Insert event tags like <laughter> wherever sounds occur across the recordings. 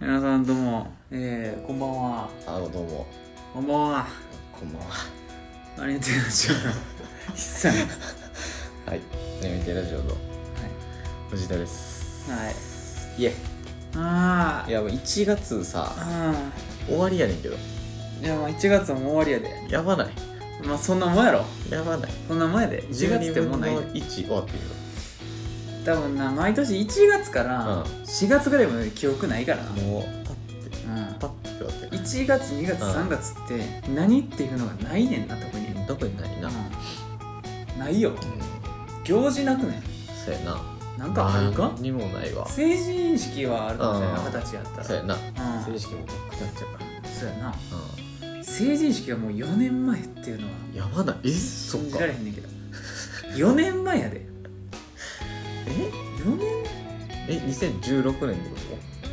皆さんどうも、えー、こんばんは。あどうもこんばんは。こんばんは何言ってるんでしょう <laughs> 一切。はい。はい「ねみてラジオ」の藤田ですはい。いやいあー。やもう1月さあ終わりやねんけどー。いや、まあ1月はもう終わりやで。やばないまあそんなもんやろ。やばないそんなもんやで。1月ってもうないで。 1終わってるよ多分な、毎年1月からう4月ぐらいまで記憶ないからな。うもうパッてん。パッて終わってる1月、2月、うん3月って何っていうのがないねんな、特に。うん特にないなうんないよ。行事なくねそうやななんかあるか何にもないわ成人式はあるかもしれないうん二十歳やったらそうやなうん正式も下っちゃうからそうやなう成人式はもう4年前っていうのはんやばないえそっ信じかられへんねんけど4年前やでえ4え2016年ってこ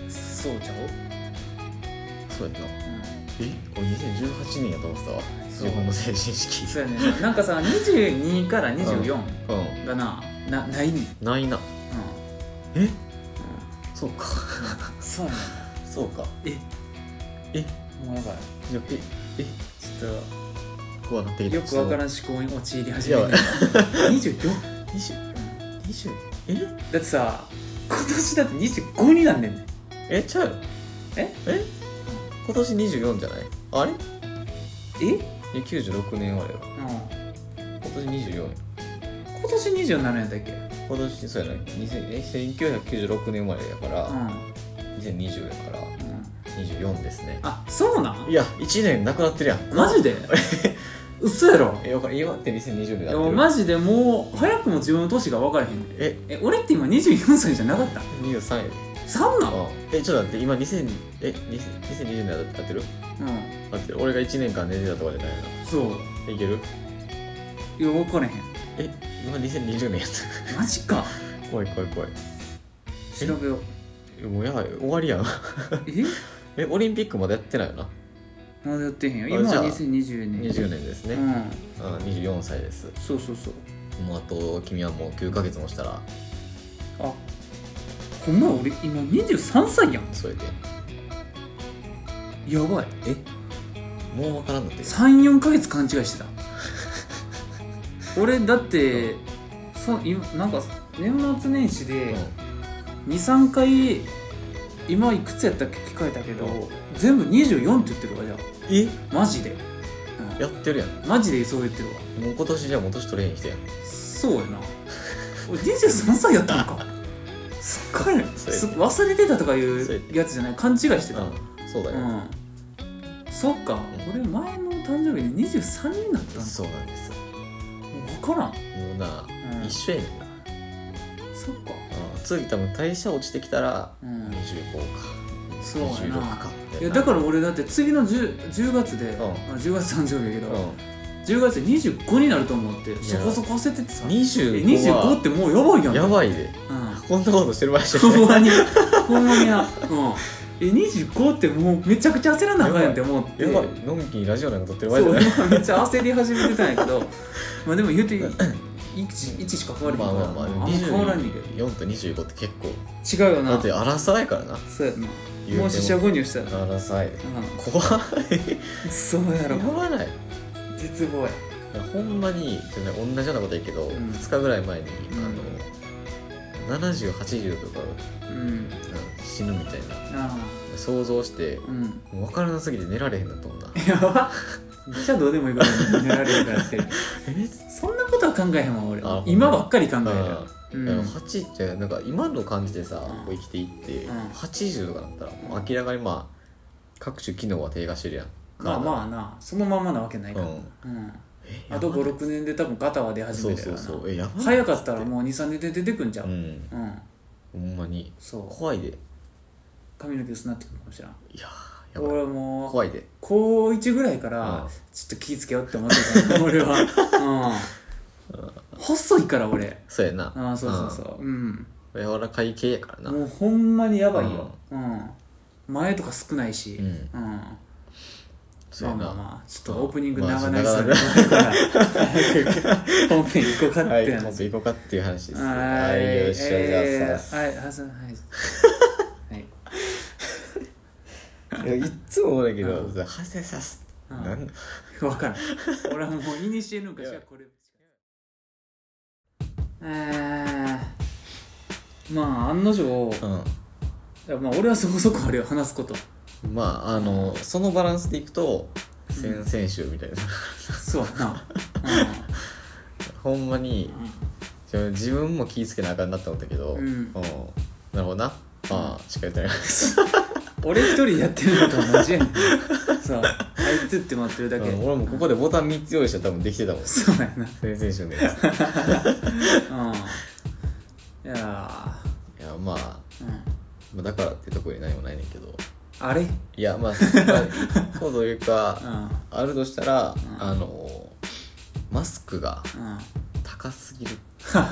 年そうちゃとそうやなえう、これ2018年やと思ってたわうん、そ自う分の成人式そうやねんななんかさ22から24うがななないねん、うんんないなえうそうかん、 <laughs> そうやねんそうかえなもうやばいじゃあええちょっこうなってきとたよくわからんん思考に陥り始めてる 24? 2020うんえだってさ今年だって25になんねんねえちゃうよええ今年24じゃないあれえいや96年あれようん今年24よ今年27やったっけ今年そうやな2000え1996年生まれやから、う2020やからん、うん、 24ですねあそうなんいや1年なくなってるやんマジ <laughs> で嘘やろえわからん今って2020年いだやってもうるマジでもう早くも自分の年が分からへんねんええ俺って今24歳じゃなかった23やで3なのうんえちょっと待って今2000え2000 2020年だってるうん待って俺が1年間寝てたとかじゃないなそういけるいや分からへんえ今2020年やっマジかた <laughs> 怖い怖い怖いえ調べようえもうやばい終わりやんええオリンピックまだやってないよなまだやってへんよあ今じゃはあ2020年20年ですうね、んあ24歳ですそうそうそうもうあと君はもう9ヶ月もしたらあほんま俺今23歳やんそれでやばいえもう分からんなってる34ヶ月勘違い <laughs> してた俺だってそ今なんか年末年始で、23回今いくつやったっけ聞かれたけど、うん全部24って言ってるわじゃえあマジで、やってるやんうん、マジでそう言ってるわもう今年じゃあもう年取れへん人やんそうやな俺23歳やったのかすっかり <laughs> そうやす忘れてたとかいそううやつじゃない勘違いしてたうんそうだうよ、んそっか、う俺前の誕生日で23になったんだそうなんです分からん、もうな、うん一緒やねんな、そっかうん、次多分代謝落ちてきたらうん25か、そうやな26かみいたやだからら俺だって次の 10, 10月で、うんあ10月誕生日やけど、うん10月で25になると思ってやそこそこ焦っててさえ25 25はってもうやばいやんやばいでうんこんなことしてる場合じゃないほんまにほんまにな、うん、え25ってもうめちゃくちゃ焦らなあかんやんって思って <laughs> やばいのんきにラジオなんか撮ってる場合そじゃうないめっちゃ焦り始めてたんやけどまあでも言うて 1, 1しか変わらへん <laughs> まかあら、まあまあ、あでんまも変わらんねんけど24と25って結構違うよだなって争いからなそうやな言うてもう四捨五入したら、争いうん怖いそうやろ怖ない絶望やほんまにでね同じようなこと言うけど、ん2日ぐらい前に、あの7080とかうんうん死ぬみたいなあ想像してあうんもう分からなすぎて寝られへんなと思ったやばめっちゃどうでもいいことに寝られるからってえそんなことは考えへんわ俺あほんま今ばっかり考えあるうん、でも8ってなんか今の感じでさ、うんこう生きていって、うん80とかだったらもう明らかにまあ各種機能は低下してるやんまあまあなそのままなわけないから、うんうんえあとやばない56年で多分ガタは出始そめうてるそからうなそうえやばい早かったらもう23年で出てくんじゃううんんうん、ほんまにそう怖いで髪の毛薄なってくるかもしれんいやーやばい俺もう怖いで高1ぐらいからうんちょっと気ぃつけようって思ってたな俺 <laughs> は、うん、細いから俺そうやなああそうそうそううんうん柔らかい系やからなもうほんまにやばいよ、うん、前とか少ないし、うんうんそうやな、まあまあまあちょっとオープニング長なりまそあうだから早く本編行こうかはっい、てなまず行こうかっていう話です。ははい、よっしゃ、じゃあさえーはいはずはいはいいやいっつも思うんだけどうん「ハセサス」うんなん <laughs> 分からん俺はもういにしえの昔はこれえー、まあ案の定、いやまあ俺はそこそこあるよ話すことうん、まああのそのバランスでいくとうん先々週みたいな、 <laughs> そうやな、ほんまにう自分も気ぃつけなあかんなって思ったけど、うんなるほどなああしか言ってないん、俺一人でやってるのと同じやねんそうあいつって待ってるだけ、 <laughs> うん俺もここでボタン3つ用意したら多分できてたもんそうやな先々週のやつうんいやいやまあー、うん、まあだからってとこに何もないねんけどあれいやま <laughs> あまあこといううかんあるとしたら、んあのマスクがうん <laughs> 高すぎる今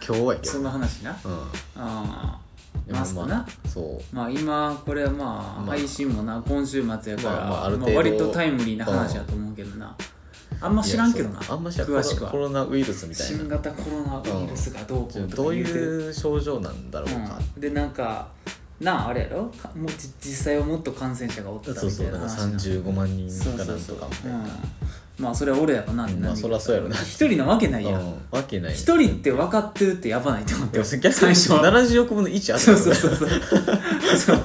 日はやけどその話なうんあでもマスクなまあそうまあ今これはまあまあ配信もな今週末やから、ままああまあある程度割とタイムリーな話やと思うけどなあんま知らんけどいなやそうあんま知らん詳しくコはロナウイルスみたい新な型コロナウイルスがどうこちょうっととどかう言うてる、いう症状なんだろうか、うんでなんかなああれやろかもうじ実際はもっと感染者がおったみたそうそいうななんか話な35万人そうかそなうんそとうかみたいなうんまあそれは俺やろなってまあそらそうやろな一人なわけないやんうんわけない一人って分かってるってやばないと思っでても逆に最初は70億分の1あったそようそうそうそうそう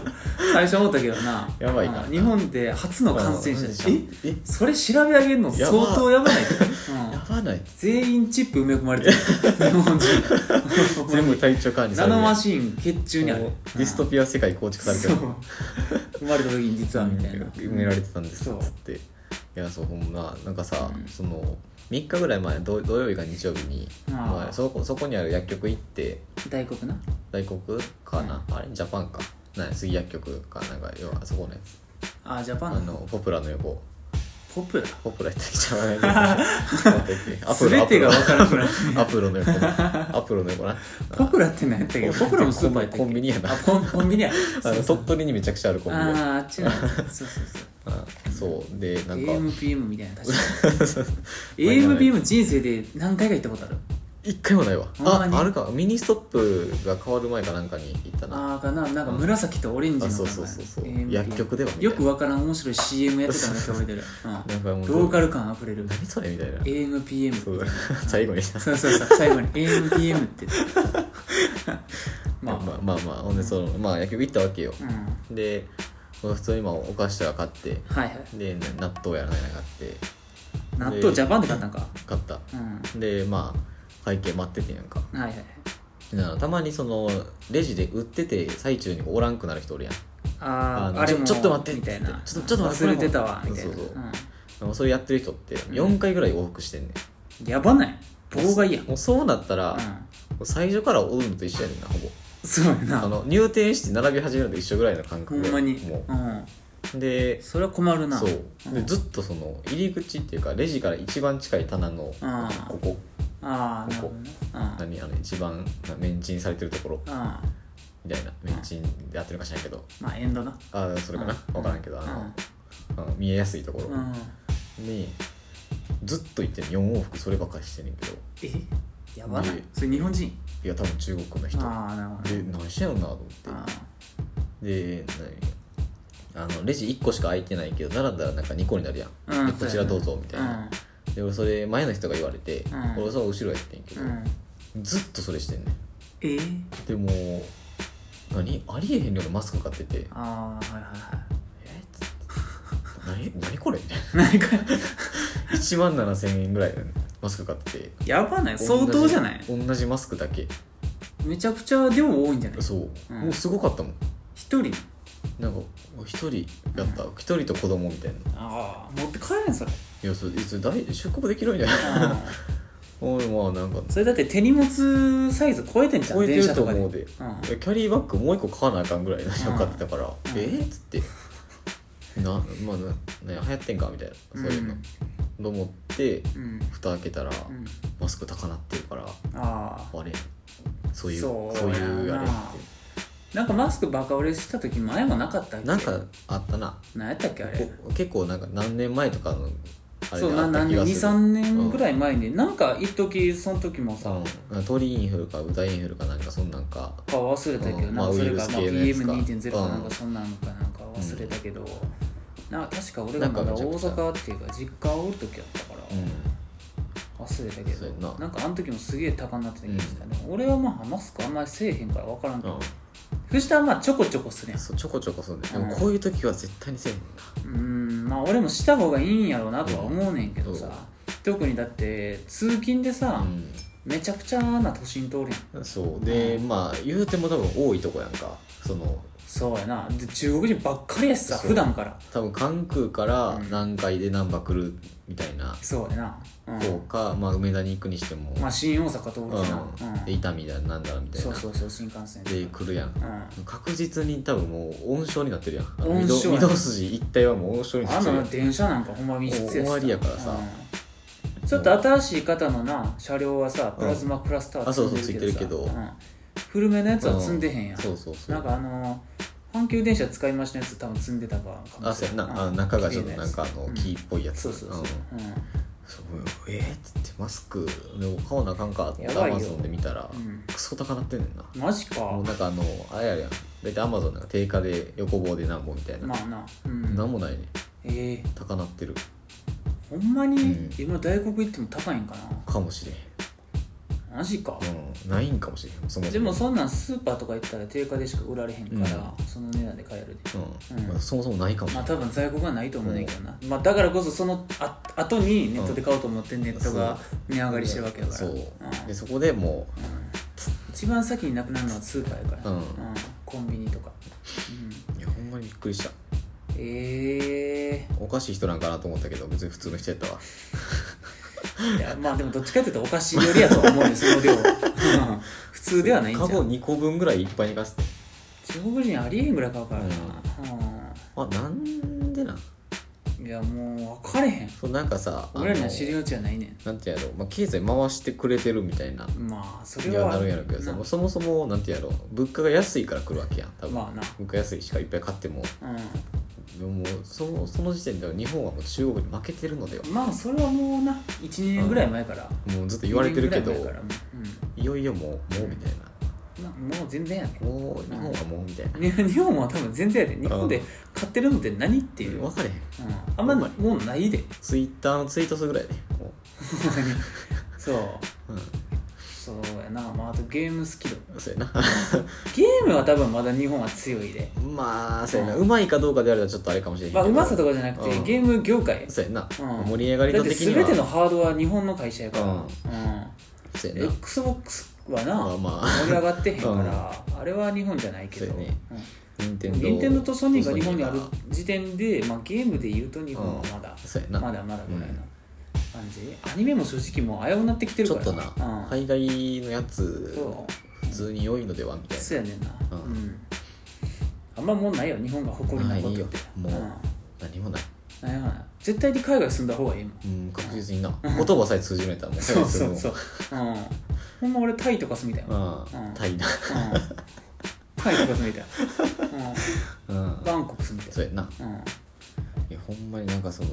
最初思ったけどなやばいなうん日本で初の感染者でしょうんえそれ調べ上げるの相当やばないうんやばない全員チップ埋め込ま <laughs> れてる日本人全部体調管理さナれてノマシン血中にあるもうディストピア世界構築されてそうる生まれた時に実はみたいな埋められてたんですそっうつっていやそうほんまなんかさ、うんその3日ぐらい前土土曜日か日曜日にあーまあ、そこそこにある薬局行って大黒な大黒かな、あれジャパンかなん杉薬局かなんか要はあそこのやつあジャパあンのポプラの横ポップだポプラやったっけち <laughs> ゃうアプロ全てが分からなく <laughs> なるアプロ <laughs> の横なアプロの横なポプラって何やったっけポプラもスーパーやったっけコンビニやなあコンコンビニやあの鳥取にめちゃくちゃあるコンビニあやああっちの <laughs> やつそうそうそううんそうでなんか AMPM みたいな <laughs> 確かマイナーなや AMPM 人生で何回か行ったことある一回もないわほんまあにあるかミニストップが変わる前かなんかに行ったなああかななんか紫とオレンジのあ名そう前そうそうそう AMPM 薬局ではみたいなよくわからん面白い CM やってたのだけ覚え <laughs> てるなんかうもんうローカル感あふれる何それみたいな AMPM そう <laughs> だ最後にさそうそうそう最 <laughs> 後に AMPM って言ってたまあままあまあほんでそのまあ薬局行ったわけよあうんはで普通にまあお菓子とか買っていはいで納豆やらないな買って納で豆ジャパンで買ったんか買ったうんでまあ会計待っててんやんかはいはいだからたまにそのレジで売ってて最中におらんくなる人おるやんああのああれちょもちょっと待ってみたいなちょっとちょっと待って忘れてたわみたいなそうそううんでもそれやってる人って4回ぐらい往復してんねんやばない妨害やんもうそうなったら、うもんう最初から追うのと一緒やねんなほぼそうやあなの入店して並び始めるのと一緒ぐらいの感ほ覚んでまにもうんうでそれは困るなそうでうんずっとその入り口っていうかレジから一番近い棚のうんここああなるほどねうん何あの一番なメンチンされてるところあみたいなメンチンでやってるか知らんけどまあエンドなあーそれかなうん分からんけどあのあの見えやすいとこうんうろんにずっと行ってん4往復そればっかりしてんねんけどえやばないでそれ日本人いや多分中国の人ああなるほどでね何してんのなと思あってで何あのレジ1個しか空いてないけどだらだらなんか2個になるやん、うんでこちらどうぞみたいな、で俺それ前の人が言われて、うん俺それ後ろやってんけうど、んうんずっとそれしてんねんえでもう何ありえへん量のマスク買っててああはいはいは「えっ?」つって「何何これ?」 <laughs> みたいな何いか1万7000円ぐらいのマスク買っててやばない相当じゃない同同じマスクだけめちゃくちゃでも多いんじゃないそう、うんもうすごかったもん一人なんか一人やった一、人と子供みたいなああ持って帰れんそれいやそれそれ大出国できるんじゃない <laughs> 俺まあなんかそれだって手荷物サイズ超えてんじゃん超えて電る車ととかで思ううでんキャリーバッグもう一個買わなあかんぐらいの量買ってたから、んえっ、っつってなまあなね流行ってんかみたいなそういうの、と思ってうん蓋開けたら、うんマスク高なってるからあああれそういうそそううやいうあれっななんかマスクバカ売れした時前もなかったってけなんかあったな何やったっけあれこ結構なんか何年前とかのあれそうでなあった何気年がする23年ぐらい前に、なんか一時その時もさうん鳥インフルか豚インフルかなんかそんなんかか忘れたけど、うんなんまあかそれウイルかスまあ系のやつか PM2.0 かなんうかんそんなのかなんか忘れれたけどなんか確か俺がまだなんかめ大ちゃくちゃ阪っていうか実家おる時やったから、忘れたけそうやんどななんかあの時もすげえ高になってた気がしたね、俺はまあマスクあんまりせえへんから分からんけうんど、藤田はまあちょこちょこするやんそうちょこちょこそうねでうもんこういう時は絶対にせえへんうーんまあ俺もした方がいいんやろうなとは思うねんけどさ、うん特にだって通勤でさな、、めちゃくちゃな都心通るやんうん、そうでまあ言うても多分多いとこやんかそのそうやなで中国人ばっかりやしさそう普段から多分関空からうん南海で難波来るみたいなそうやな、うんこうか、まあ、梅田に行くにしても、まあ新大阪通るしな、ううんんで伊丹だなんだみたいそなうそうそう新幹線で来るやんう確実に多分もう温床になってるやんあの温床や御堂御堂筋一帯はもう温床にん、なあってるのやん電車なんかほんま密室やしさお終わりやからさうんちょっと新しい方のな車両はさプラズマクラスターあそうそう積んついてるけどさうん古めのやつは積んでへんやん、そうそうそうなんかあの阪急電車使いましたやつ多分積んでたかかあもしそれうやんな、あの中がちょっと綺麗なんかやあつのうん木っぽいやつ、そうそうそう、そうえっ、つってマスクで買わなあかんかと思ってやばアいよマゾンで見たら、うんクソ高なってんねんな、うん、マジかもうなんかあのあれやるやん大体アマゾンなんか定価で横棒でなんぼみたいな、まあな、うん、なんもないねええ高なってるほんまに、うん今大黒行っても高いんかかもしれなマジか、へん、うん、ないんかもしれへんそもそでももそんなんスーパーとか行ったら定価でしか売られへんから、その値段で買えるでうんうんまあ、そもそもないかもしれまんあ多分在庫がないと思うねんけどな、まあ、だからこそそのあ後にネットで買おうと思ってネットが値上がりしてるわけやからそう、んでそこでも一番先になくなるのはスーパーやから、うんコンビニとか、うん、ういやほんまにびっくりしたえおかしい人なんかなと思ったけど別に普通の人やったわえいやまあでもどっちかっていうとお菓子寄りやとは思うねその量 <laughs> うん普通ではないんじゃカんゴ2個分ぐらいいっぱいにかせて中国人ありえんぐらい買うからな、あなんでなんうんいやもう分かれへんそうなんかさあの俺らには知りのうちはないねんなんてやろう、まあ、経済回してくれてるみたいなまあそにれははなるんやろうけどさそもそもなんてやろう物価が安いから来るわけやん多分、まあな物価安いしかいっぱい買ってもうでももうそのその時点では日本はもう中国に負けてるのではんまあそれはもうな12年ぐらい前からもうずっと言われてるけど二年ぐらい前からいよいよもうもうみたいうなん <laughs> まあもう全然やねもう日本はもうみたいな、ね日本は多分全然やで日本で買ってるのって何っていう、うん分かれへんあんまもう <laughs> ないでツイッターのツイート数ぐらいでもほんまにそうう、そうやなまああとゲームスキルうん、そうやなゲームは多分まだ日本は強いでまあそうやなうまいかどうかであればちょっとあれかもしれへんけまあどうまさとかじゃなくて、うんゲーム業界そうやな、うん盛り上がりだ方って的に全はてのハードは日本の会社やから、うんそうやな XBOX はな、まあまあ盛り上がってへん <laughs> から、あれは日本じゃないけど、そうやね任うん、天堂任天堂とソニーが日本にある時点で、まあ、ゲームで言うと日本はまだ、そうやなまだまだぐらいの感じ、アニメも正直もう危うなってきてるちかょらっとな、うん海外のやつそう普通に良いのではみたいなそうやねんな、ううんんあんまもんないよ日本が誇りなことってないよもうん何もない、ないよな絶対に海外住んだ方がいいもんうん、確実にな言葉さえ通じないとはもうそうそうそうう、うん、ほんま俺タイとか住みたいもん、うん、まあ、うんタイなタイとか住みたい、うんうんバンコク住みたそいうやなうんもいやほんまになんかその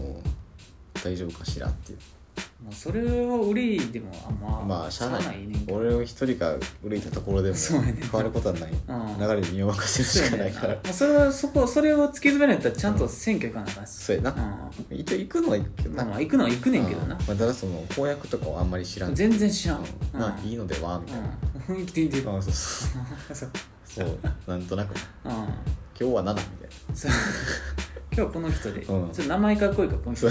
大丈夫かしらっていううそれは憂いでもあんままあしゃあないねんけど俺を一人が憂いたところでもそうやね変わることはない、ん流れで身を任せそうるしやかねなんいなからもうそれはそこそれを突き詰めないとちゃんと選挙行かなあかんしそうやな、う一応行くのは行くけどんな、まあ行くのは行くねんけどなうんまあ、ただその公約とかはあんまり知らん全然知らんうんなうんいいのではみたいな、うん生きていてるあそうそうそうそうなんとなくうん今日は7みたいなそう今日この人で、ちょうんっと名前かっこいいからこの人うん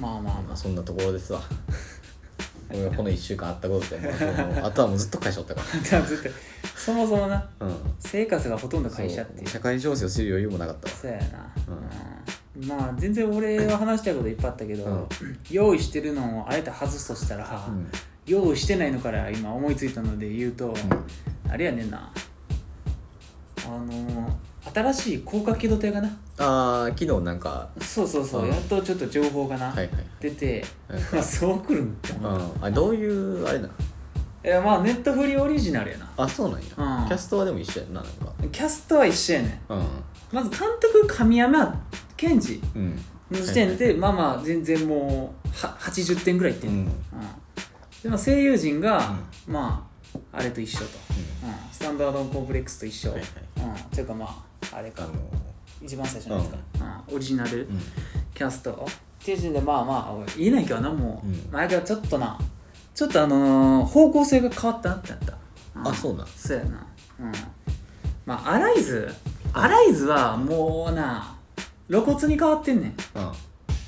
まあまあ <laughs> ままあそんなところですわ <laughs> 俺はこの1週間あったことで、まあ、もうあとはもうずっと会社おったかあずっとそもそもならうん生活がほとんど会社っていうそう社会情勢を知る余裕もなかったわそうやな、うんまあ全然俺は話したいこといっぱいあったけど、うん <clears throat> 用意してるのをあえて外すとしたら、うん用意してないのから今思いついたので言うと、あれやねんなあの新しい高架機動隊がなああ昨日なんかそうそうそう、うんやっとちょっと情報がな、はいはい出て、はいまあ <laughs> そうくるんって思う、うん、あどういうあれなのいやまあネットフリオリジナルやなあそうなんや、うんキャストはでも一緒やんななんかキャストは一緒やねんうまず監督神山健二んうんの時点で、まあまあ全然もうは80点ぐらいいってんうねんんうんでも声優陣が、まああれと一緒と、ううん、スタンダードコンプレックスと一緒、はいうん、というかまああれあかの一番最初のやつか、うんオリジナルうんキャストっていう時点でまあまあ俺言えないけどなもう、うん前からちょっとなちょっとあのー方向性が変わったなってなった、んあそうなんそうやなうんまあアライズアライズはもうな露骨に変わってんねんあ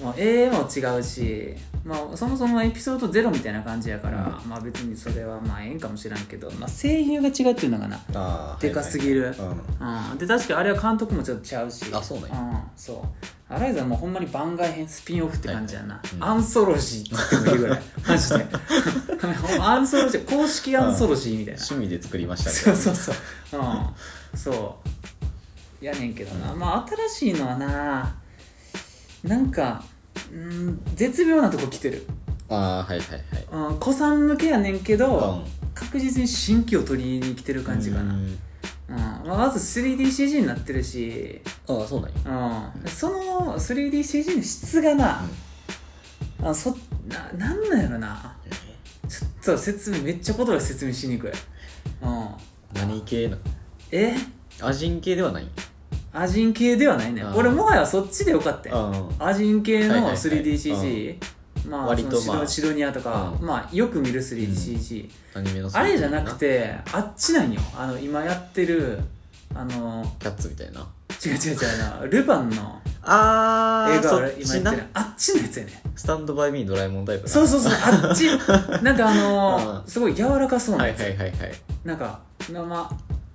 もう A も違うし、まあ、そもそもエピソードゼロみたいな感じやから、まあ別にそれはまあええんかもしらんけど、まあ、声優が違うっていうのがな、あーでかすぎるはいはいうんうん、で確かあれは監督もちょっとちゃうしあそうなんやんそうアライズはもうほんまに番外編スピンオフって感じやな、いはいうんアンソロジーって言ってもいいぐらいマジ <laughs> でほんまアンソロジー公式アンソロジーみたいな、趣味で作りましたみたそいうなそうそううんそうやねんけどな、まあ新しいのはななんかうん絶妙なとこ来てる、ああはいはいはいうん、子さん向けやねんけど、うん確実に新規を取りに来てる感じかな、ううんんまあ、まず 3DCG になってるし、ああそうなんやうん、その 3DCG の質がな、あそななんなんやろなちょっと説明めっちゃ言葉で説明しにくい、うん、何系なのえアジン系ではないんアジン系ではないねあー俺もはやそっちでよかったよあアジン系はいのはいはい 3DCG まあ割とそのシドまあシドニアとかうんまあよく見る 3DCG アニメのあれじゃなくてあっちなんよあの今やってるあのキャッツみたいな違う違う違うなルパンのあ映あ画そ俺っ今ちやなってるあっちのやつやねスタンドバイミードラえもんタイプなそう <laughs> そうそうあっちなんかあのうんすごい柔らかそうなはいやつはいはいはいなんか生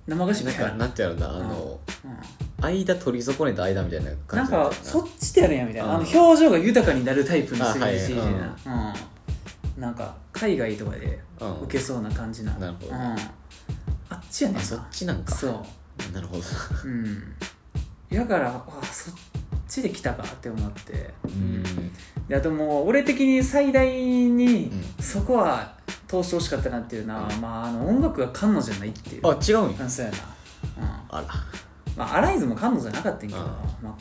生菓子みなんたいかななんてやろうなあのうん間取り損ねた間みたいなな感んじだかったよそっちでやるんやみたいな、うんあの表情が豊かになるタイプのあはい 3DCG な、うんなんか海外とかでうん受けそうな感じな、なるほどうん、あっちやねんあなそっちなんかそなるほどううんだからあそっちで来たかって思って、 <laughs> うーんであともう俺的に最大にうそこは通してほしかったなっていうのは、うんまあ、あの音楽が菅野じゃないっていうあ違うんやうんそうやな、うんあらまあ、アライズも感動じゃなかったんやけど、うんま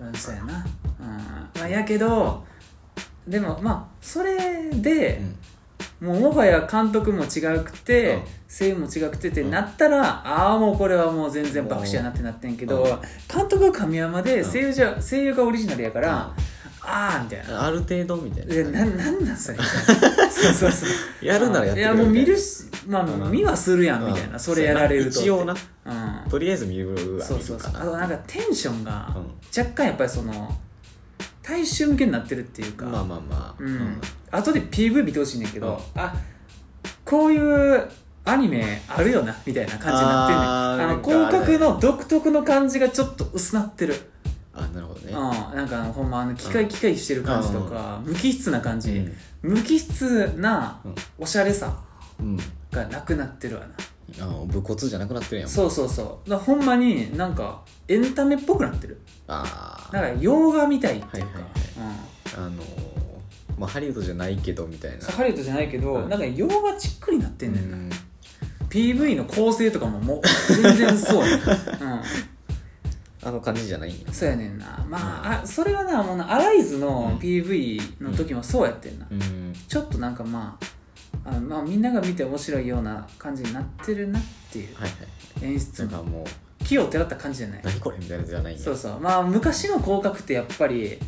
あ、うん、そうやな、うん、まあ、やけど、でも、まあ、それうで、んもうもはや監督も違くて、うん声優も違くてってうんなったら、ああ、もうこれはもう全然爆死やなってなってんけど、うん監督は神山で、うん声優じゃ、声優がオリジナルやから、ああ、みたいな。ある程度みたいいや、な、ななんなん <laughs> それ。そうそうそう。やるならやっていくれや、みたもいうな見るし、まあ、うん見はするやん、みたいうんな。それやられるとって。一応なうん。とりあえず見るわそうそうそうあとなんかテンションがうん若干やっぱりその大衆向けになってるっていうか、まあまあまあうん後で PV 見てほしいねんだけど、あこういうアニメあるよなみたいな感じになってんねんああーのな広んかあれ角の独特の感じがちょっと薄なってる、あなるほどうねん、なんかあのほんまあの機械機械してる感じとか無機質な感じ、無機質なうんおしゃれさうんがなくなってるわなあの武骨じゃなくなってるやんそうそうそうだからほんまになんかエンタメっぽくなってるああなんか洋画みたいっていうか、はいうはんあのまあハリウッドじゃないけどみたいなそうハリウッドじゃないけど、うんなんか洋画チックになってんねんな、うん PV の構成とかももう全然そうやねん、うん、あの感じじゃないんやそうやねんなまあ,、あそれはなもうなアライズうのん PV の時もそうやってんな、うんちょっとなんかまああのまあみんなが見て面白いような感じになってるなっていうはいはい演出なんもかもう木を照らった感じじゃない何これみたいなやつじゃないんやそうそうまあ昔の広角ってやっぱり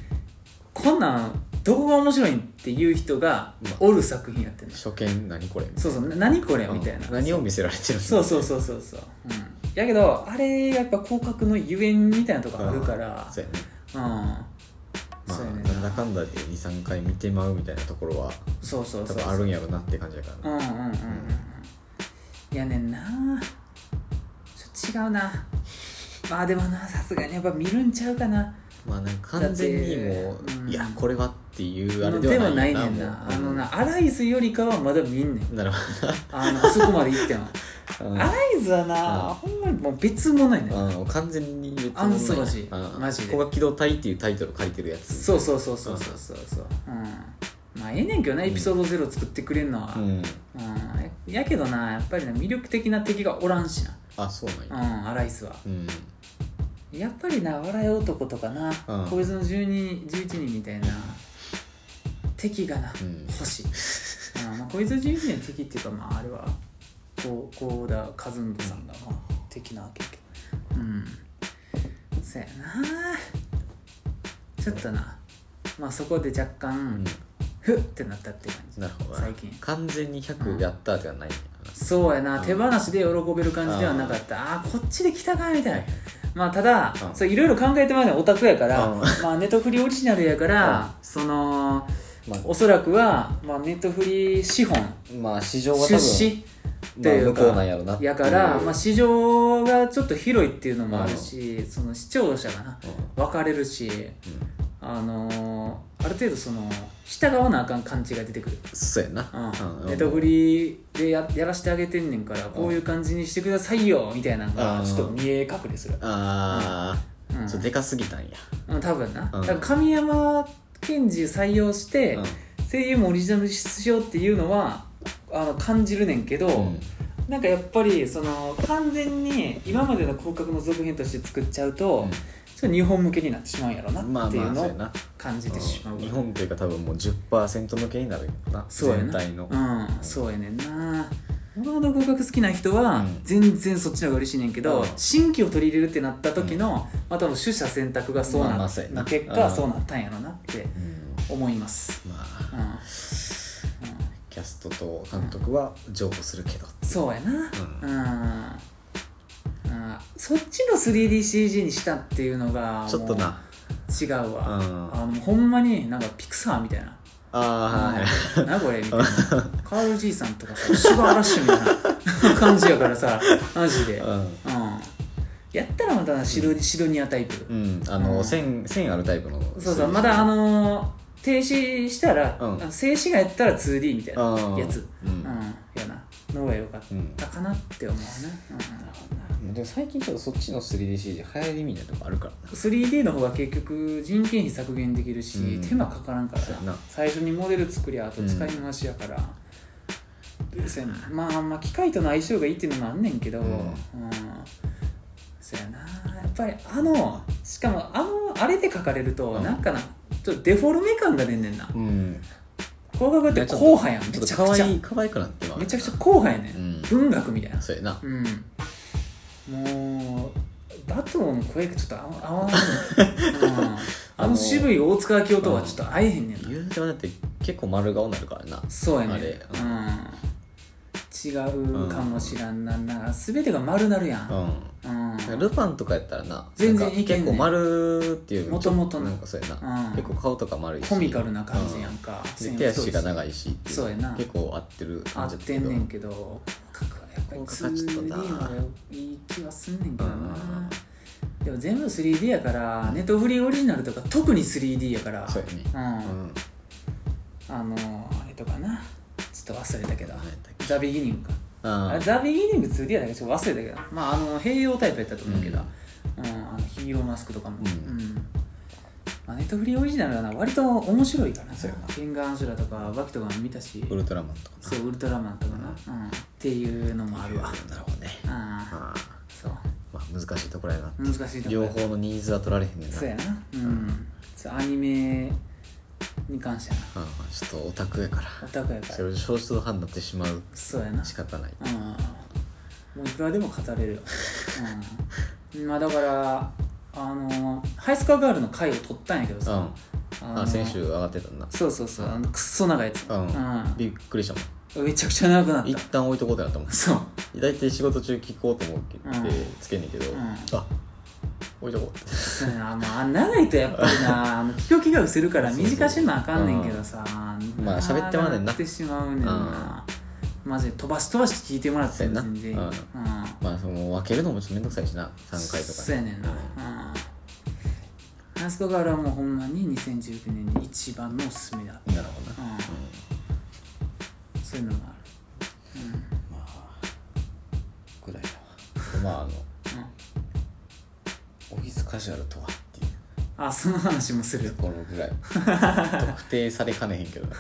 こんなんどこが面白いんっていう人がおる作品やってんの初見何これみたいなそうそうな何これみたいなうん何を見せられてるのそうそうそうそうそう、うん、やけどあれやっぱ広角のゆえんみたいなとこあるからそうやねうん、まそうやねあんななんだかんだで23回見てまうみたいなところはそうそう多そう分あるんやろなって感じやかうらんなうんうんうんいやねんなちょっと違うなまあでもなさすがにやっぱ見るんちゃうかなまあなんか完全にもだってうんういやこれはっていうあでれもではなないいねよんなあものうなアライズよりかはまだ見んねんうんなるほあのあそこまで行って <laughs> もどアなライズはなほんまにもう別物やねんうん完全に別物アンソロジーうんマジでここが機動隊っていうタイトル書いてるやつそうそうそうそうそうそうそううんまあええねんけどなエピソードゼロ作ってくれんのは、うんうん、やけどなやっぱりな魅力的な敵がおらんしあそうなんな、やうん、アライスはうんやっぱりな笑い男とかな、うんこいつの12 11人みたいな敵がな、うん欲しい、うん、なん小泉純一の敵っていうかまああれはこう幸田和伸さんがまあ敵なわけやけどうんそやなちょっとなまあそこで若う干んふっってなったって感じなるほど最近完全に100やったとかないんやそうやな手放しで喜べる感じではなかったああーこっちで来たかみたいなまあただうんそういろいろ考えてまうのはオタクやからうんまあネットフリオリジナルやからそのまあおそらくはまあネットフリ資本まあ市場は多出分資ってまあ、いう向かこうなんやろなっていうやから、まあ、市場がちょっと広いっていうのもあるし、その視聴者がなうん分かれるし、うんあのーある程度その従わなあかん感じが出てくる、そうやなうんうんネタフリでややらしてあげてんねんからこういう感じにしてくださいよみたいなのがうんちょっと見え隠れする、あうあ、んちょっとでかすぎたんや、うん、多分な、うんだから神山賢治採用して、うん声優もオリジナルにしようっていうのはあの感じるねんけど、うんなんかやっぱりその完全に今までの広角の続編として作っちゃうと、うんちょっと日本向けになってしまうんやろなまあっていうまあのそうをやな感じてしまう、うん日本というか多分もう10%向けになるよなそうや全な体の、うんそうやねんなもともと広角好きな人うはん全然そっちの方が嬉しいねんけど、うん新規を取り入れるってなった時の、またも取捨選択がそうな,、まあまあそうやな結う果んそうなったんやろなってうん思います、まうあんうんキャストと監督は譲歩するけど、そうやなうん、うんそっちの 3DCG にしたっていうのがちょっとな違うわ、うんあのほんまになんかピクサーみたいなあーはいうんなこれみたいなカールじいさんとかさシュガーラッシュみたいな感じやからさマジで、うん、うやったらまたなシド,、シドニアタイプ、ん、うん、あうのん線線あるタイプのそうそうまだあのー停止したら、うんあの静止がやったら 2D みたいなうんやつうん、うん、やなの方が良かっうんたかなって思うね、うんでも最近ちょっとそっちの 3DCG 流行りみたいなとこあるからな 3D の方が結局人件費削減できるし、うん手間かからんからそうやなな最初にモデル作りゃあと使い回しやから、そうやなまあまあ機械との相性がいいっていうのもあんねんけど、ううんんそうやなやっぱりあのしかもあのあれで書かれると、うんなんかなちょっとデフォルメ感が出んねんなうん広角ってちょっと後輩やんめちょっちとゃ可くちゃ愛い可愛くなってまうめちゃくちゃ後輩やねん、うん文学みたいなそうやなうん、もうバトーの声がちょっと合わ合わない、 <laughs> うん、あの渋い大塚明夫とはちょっと合えへんねんな言うてもだって結構丸顔になるからなそうやねん、あうんれ、違うかもしらんななんか全てが丸なるやん、ううんんルパンとかやったらな全然なんかいけんねん結構丸っていうもともとななんかそうやうなん結構顔とか丸いしコミカルな感じやんか、で手足がい長いしっていそうやな結構合ってる合感っじてんねんけど広角はやっぱり広角はちょっと 2D なの方がいい気はすんねんけどな、うんでも全部 3D やからネットフリーオリジナルとか特に 3D やからそうやねうんうんあのあれとかなちょっと忘れたけど何やったっけザ・ビギニングかああれーザ・ビギニング 2D やったけどちょっと忘れたけどまああの併用タイプやったと思うけど、うんあのヒーローマスクとかも、ううんんまあ、ネットフリーオリジナルはな割と面白いからなそうやなケンガーアシュラとかバキとかも見たしウルトラマンとかなそうウルトラマンとかな、うんっていうのもあるわなるほどねあああーそうまあ難しいところやな難しいとこ両方のニーズは取られへんねんなそうやなうんそうアニメに関してはなうんちょっとオタクやからオタクやかそられ少数派になってしまうそうやな仕方ないうんもういくらでも語れるよ、うん、まあだからあのハイスカガールの回を取ったんやけどうんさ、のあ先週上がってたんだそうそうそうあのくっそ長いやつ、うんびっくりしたもんうんめちゃくちゃ長くなっ一旦置いとこうってなったもたそうだいたい仕事中聞こうと思ってうんつけんねんけど、うんあ置いとこうってそうやなまあ長いとやっぱりなあの聞く気が失せるからそうそう短しなあかんねんけどさんまあ喋ってまうねんななってしまうねんなマジで飛ばし飛ばし聞いてもらってそうもやな全然いいうんうんまあその分けるのもちょっとめんどくさいしな3回とかそうやねんな、うん、ナスコガールはもうほんまに2019年に一番のおすすめだ、うんなるほどうな、ん、うんそういうのもあまあぐらいだわまああのる、うんオフィスカジュアルとはっていうあその話もす <laughs> るところぐらい <laughs> 特定されかねへんけどな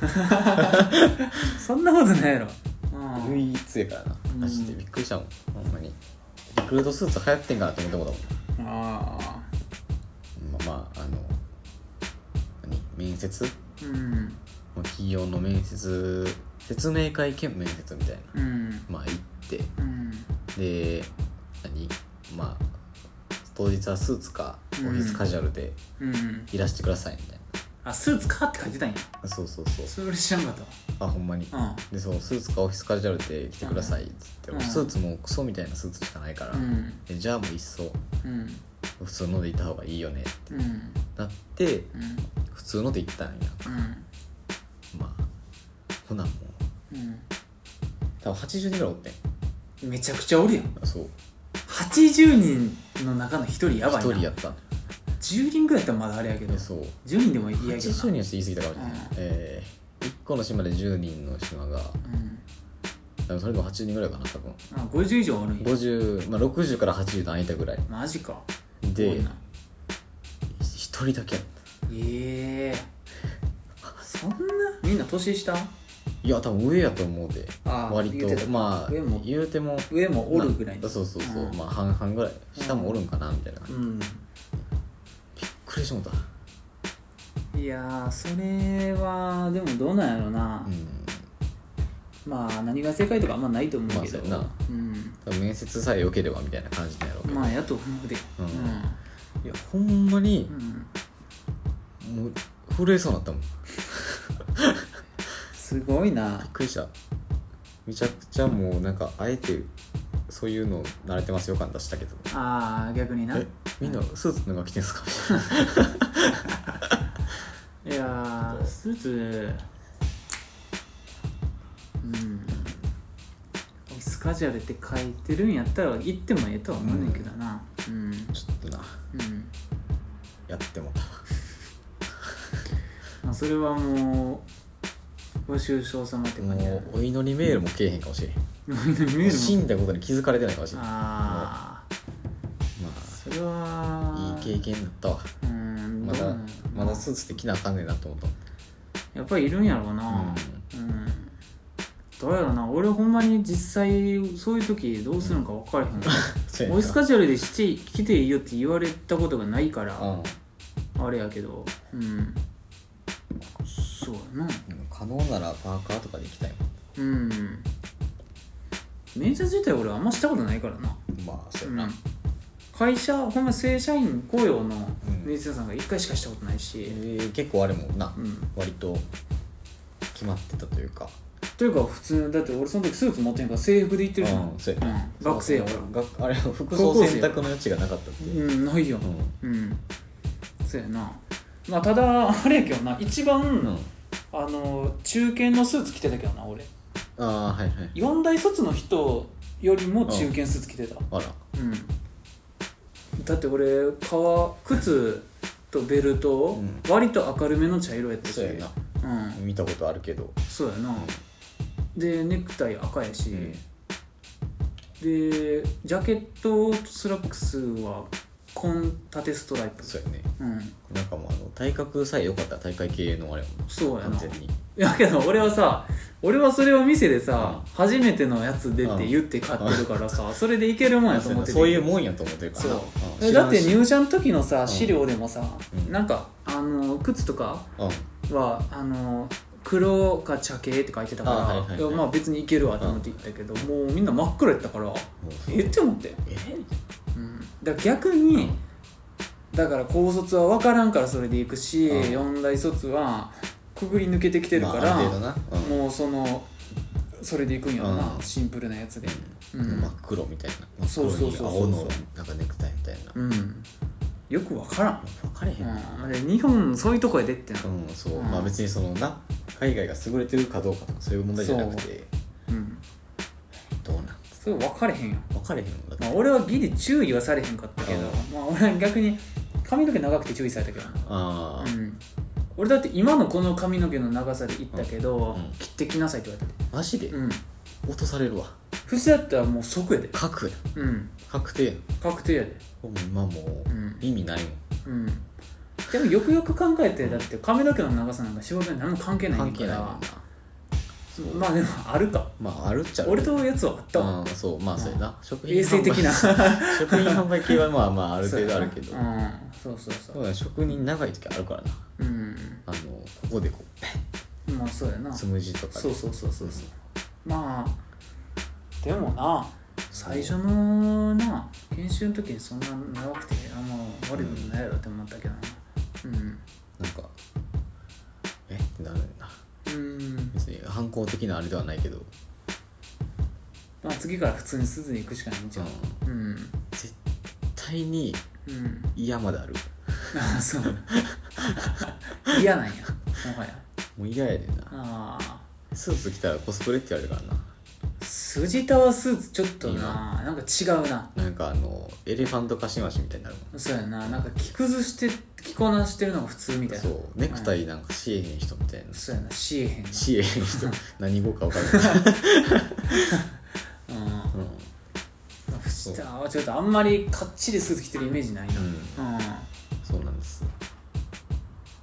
そんなことないやろ、うん、唯一やからなうんマジでびっくりしたもんほんまにリクルートスーツ流行ってんかなって思ったことああだもんまあまああの何面接うんもう企業の面接説明会兼面接みたいなうんまあ行ってうんで何まあ当日はスーツかオフィスカジュアルでうんいらしてくださいみたいあスーツかって書いてたんやなそうそうそうそれ知らんかったあほんまにわでそうスーツかオフィスカジュアルで来てくださいっつって、うんスーツもクソみたいなスーツしかないから、うんうんでじゃあもういっそうん普通ので行った方がいいよねってうんなってうん普通ので行ったんやうんまあほなもうう多分80人ぐらいおってんんめちゃくちゃおるやんあそう80人の中の1人やばい1な人やった10人ぐらいやったらまだあれやけどで10そう人でも嫌やけどな80人はちょっと言い過ぎたかもしれない、うんえー、1個の島で10人の島がうん多分それでも8人ぐらいかな多分あ50以上おるんや50、まあ、60から80の間ぐらいマジか多でいな一人だけやっええそんなみんな年下たいや多分上やと思うであー割言うてとたまあ上も言うても上もおるぐらいなそうそうそう、うんまあ半々ぐらい下もおるんかなみたいな、びっうんくりしてもうたいやーそれはでもどうなんやろなう、んまあ何が正解とかあんまないと思うけど、まあそうやなうん多分面接さえ良ければみたいな感じなんやろうけど、まあやと思うでうんういやほんまにん、うん、もう震えそうになったもんびすごいなっくりしためちゃくちゃもうなんかあえてそういうの慣れてますよ感出したけどあー逆になえみんなスーツのが着てんすか <laughs> みたいないやースーツうんオフィスカジュアルって書いてるんやったら行ってもええとは思うねんけどなうんちょっとなうん、やってもうたまあ、それはもうご愁傷様って感じやもなうお祈りメールもけえへんかもしれん、見える死んだことに気づかれてないかもしれんまあああそれはいい経験になったわうんまどうなだんやろまだスーツって着なあかんねんなと思ったやっぱりいるんやろうなうん、どうやろうな俺ほんまに実際そういう時どうするのか分からへん、そうやオなフィスカジュアルでして来ていいよって言われたことがないからうんあれやけどうんそうやなうん可能ならパーカーとかで行きたいうん面接自体俺あんましたことないからな、もんまあそううやな、ん、会社ほんま正社員雇用のうん面接さんが1回しかしたことないし、えー結構あれもな、うん、割と決まってたというかというか普通だって俺その時スーツ持ってんから制服で行ってるじゃん、うんそううやん、学生やか学あれ服高装校生選択の余地がなかったってらいう、うんないよううんんそうやなまあただあれやけどな一番、うんあの中堅のスーツ着てたけどな俺ああはいはい四大卒の人よりも中堅スーツ着てたあらうん、だって俺革靴とベルト、ん割と明るめの茶色やったしそうやなうん、見たことあるけどそうやなでネクタイ赤やし、うんでジャケットとスラックスは紺縦ストライプそうやねうんなんかもうあの体格さえ良かったら大会系のあれやもんそうや完な全にだけど俺はさ俺はそれを店でさ、初めてのやつでって言って買ってるからさ、それでいけるもんやと思っててそういうもんやと思ってるからなそうんう知だらっんして入社の時のさ資料でもさ、うんなんかあの靴とかうんはあの黒か茶系って書いてたから、あはいはいはいいやまあ別にいけるわと思って行ったけど、もうみんな真っ黒やったからもうそうえって思って、えうん、だから逆に、うんだから高卒は分からんからそれで行くし、うん四大卒はくぐり抜けてきてるから、まあ、ある程度な、うんもうそのそれでいくんやろな、うんシンプルなやつでうんうん真っ黒みたいなそ真うそうっ黒にそうそう青のなんかネクタイみたいな、うんよく分からん、分かれへんうねん、で日本そういうとこへ出ってなうん、そう、うんまあ別にそのな海外が優れてるかどうかとかそういう問題じゃなくてうんどうなんそれ分かれへんよ、分かれへんのだってまあ、俺はギリ注意はされへんかったけど、うんまあ俺は逆に髪の毛長くて注意されたけどなあうあ、ん俺だって今のこの髪の毛の長さで行ったけど、うんうん切ってきなさいって言われたマジででうん落とされるわ普通やったらもう即やで核やうん確定や確定やでもう今もうんう意味ないもん、うんでもよくよく考えてだって髪の毛の長さなんか仕事に何も関係ないね関んか係ないもんならそうまあでもあるかまああるっちゃある俺とやつはあったわうんそうまあそうやな食品衛生的な販売 <laughs> 食品販売系はまあまあある程度あるけ <laughs> どそうやなうんそうそうそそううだね職人長い時あるからなうんあのここでこうペッまあそうやなつそうむじとかそうそうそうそうまあでもな最初のな研修の時にそんな長くてあんま悪いことないやろって思ったけどなうんなんかえってなるなうん別に反抗的なあれではないけど、うん、まあ次から普通にすずに行くしかないんじゃんうん絶対にうん嫌まであるああそう嫌なんやもはやもう嫌やでなああスーツ着たらコスプレって言われるから筋タワスーツちょっとななんか違うなななんかあのエレファントカシマシみたいになるもんそうやななんか着崩して着こなしてるのが普通みたいなそうネクタイなんかしえへん人みたいな、そうやなしえへんなしえへん人何語か分か <laughs> らない、うんうんふたちょっとあんまりかっちりスーツ着てるイメージないなうん、うんそうなんです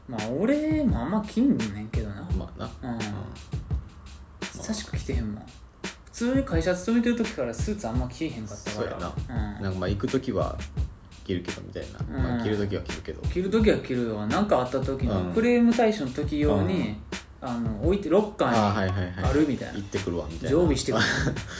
まあ俺もあんま着んねんけどなまあな、うんう久しく着てへんもん普通に会社勤めてる時からスーツあんま着えへんかったからそうや、なんなんかまあ行く時は着るけどみたいな、まうんあ、着る時は着るけど、着る時は着るよなんかあった時うのんクレーム対処の時用に、あの置いてロッカーにああはいはいはいあるみたいな行ってくるわみたいな常備してくる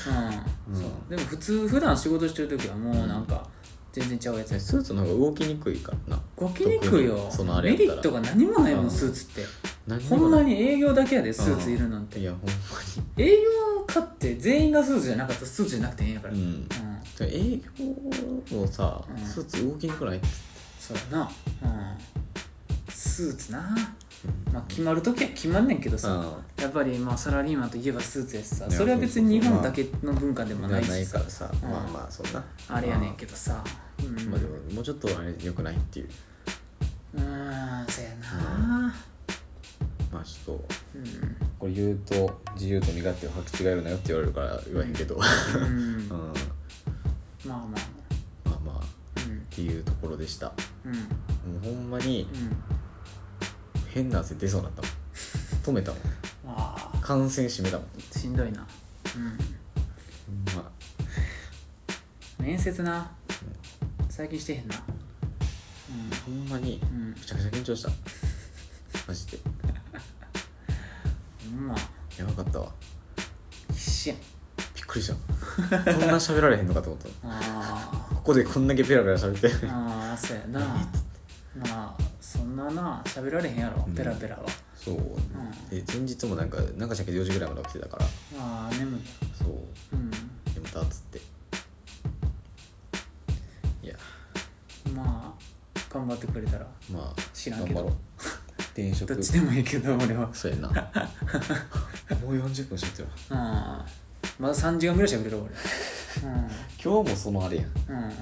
ううんん、そうでも普通普段仕事してる時はもうなんか全然ちゃうやつやスーツの方が動きにくいからな動きにくいよそのあれやメっリたらットが何もないもうんんスーツって何ほんまに営業だけやでスーツいるなんていやほんま営業かって全員がスーツじゃなかったらスーツじゃなくてええんやから、にうんうん営業もさ、うんスーツ動きにくないそうやな、うん、スーツなまあ決まる時は決まんねんけどさ、うやっぱりまあサラリーマンといえばスーツやしさいやそれは別に日本だけの文化でんもまなあいなしいかさらさ、うんまあまあそんなあれやねんけどさうんまあでももうちょっとあれ良くないっていううーんそやなまあちょっとうんこれ言うと自由と身勝手を履き違えるなよって言われるから言わへんけど、ううんんままあまああまあっうんていうところでしたうんもうほんまにうん変な汗出そうになったもん止めたもんあ感染閉めたもん、ーしんどいなうんま面接な最近してへんなあ、ほんまにうんうんめちゃくちゃ緊張したマジでほんまやばかったわ必死やんびっくりしたこんな喋られへんのかと思ったあーここでこんだけペラペラ喋ってあーそや <laughs> なまあそんなな喋られへんやろうんペラペラはそうで前日もなんかなんかしたけど4時ぐらいまで起きてたからああ眠いそううんでまたっつっていやまあ頑張ってくれたらまあ知らん頑け張どろう転職どっちでもいいけど俺はそう <laughs> やなもう40分しゃってるわうんまだ3時間ぐらい喋れる俺今日もそのあれやんうん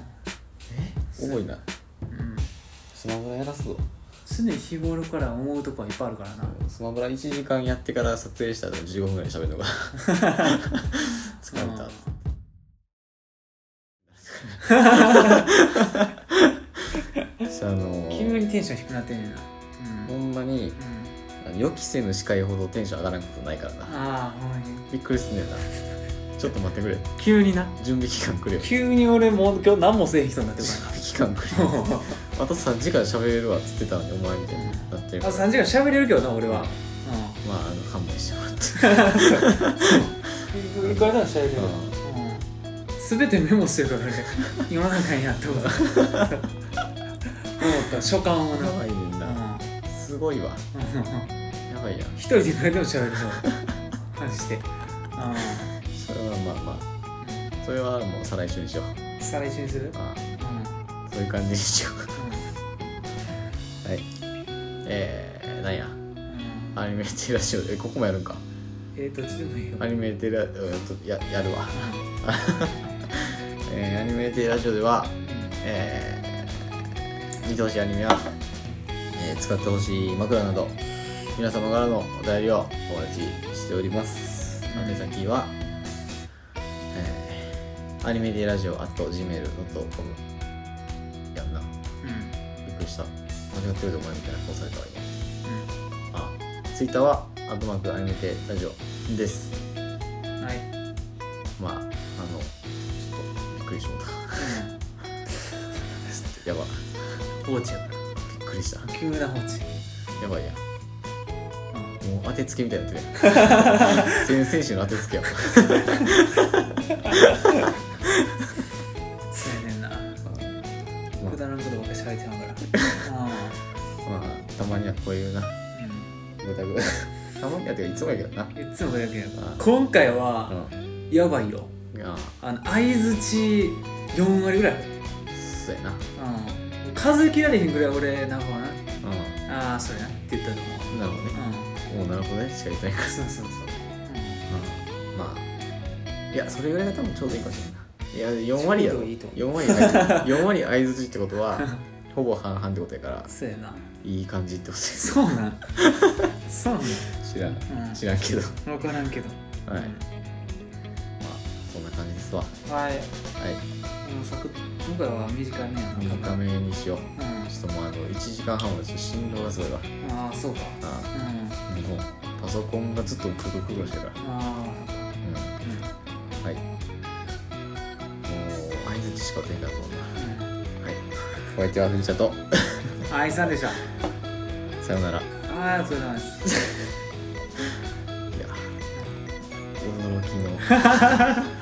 うん多いなうんスマブラやらすぞすでに日頃から思うとこはいっぱいあるからなスマブラ1時間やってから撮影したら15分ぐらい喋るのが <laughs> 疲れたっつってあのうん急にテンション低くなってんねんなうほん、うん、んまにあの予期せぬ司会ほどテンション上がらんことないからあなあほんまにびっくりすんねんなちょっと待ってくれ急にな準備期間くれよ急に俺もう今日何もせえへん人になって準る備期間くれ <laughs> からよなあと3時間喋るわっつってたのにお前みたいになってるあから3時間喋れるけどな俺はまああの勘弁してもらってうんいくらでも喋れるようん全てメモしてるから <laughs> 俺世の中にやってこと思った所感をなやばいねんなうすごいわんやばいやん一人で誰でも喋るぞマジでそれはまあまあそれはもう再来週にしよううん再来週にするあうんあそういう感じにしようはいえー、なんやうんアニメテラジオでここもやるんかえーどっちでもいいよアニメテラ、うんと、ややるわ <laughs> えーアニメーテラジオでは、えー、見てほしいアニメや、えー使ってほしい枕など皆様からのお便りをお待ちしております宛先は、えーアニメーテラジオ at gmail.com やんなうんうんびっくりした間違ってるでお前みたいな顔されたわ今あツイッターはアットマークアニメーテラジオですうんはいまああのちょっとびっくりしまったちょっ <laughs> とやば放置やかびっくりしたら急な放置やばいやんうんもう当てつけみたいにな <laughs> ってるやん先選手の当てつけやもんそうやねんなまくだらんことばっかしゃべってまうから <laughs> ああ、まあ、たまにはこういうなあぐだぐだ <laughs> たまにはっていうかいつもやけどなうんいつもこれだけやからあ今回うはんやばいよああの相づち4割ぐらいあそうやなうん数切られへんぐらい俺なんかなうああそれなって言ったと思んなるほどねううんもうなるほどねしか言いたいかそうそうそう、うんまあいやそれぐらいが多分ちょうどいいかもしれないないや4割やろちょうどいいと思う4割4 <laughs> 割相づちってことはほぼ半々ってことやからそうやないい感じってことですそうなん <laughs> そう知らんなん、うん、知らんけどは分からんけどいまあそんな感じですわはうんはいいもうサクッ今回は短めやな短めにしよううんちょっともうあの1時間半はちょっと振動がすごいわああそうかあうんあもうパソコンがずっとクルクルしてるからあうんあうんはいもう相づちしか出んかったもんなうはいお相手は藤田と <laughs> んあいさんでしたさよならああそうなんですいや驚きの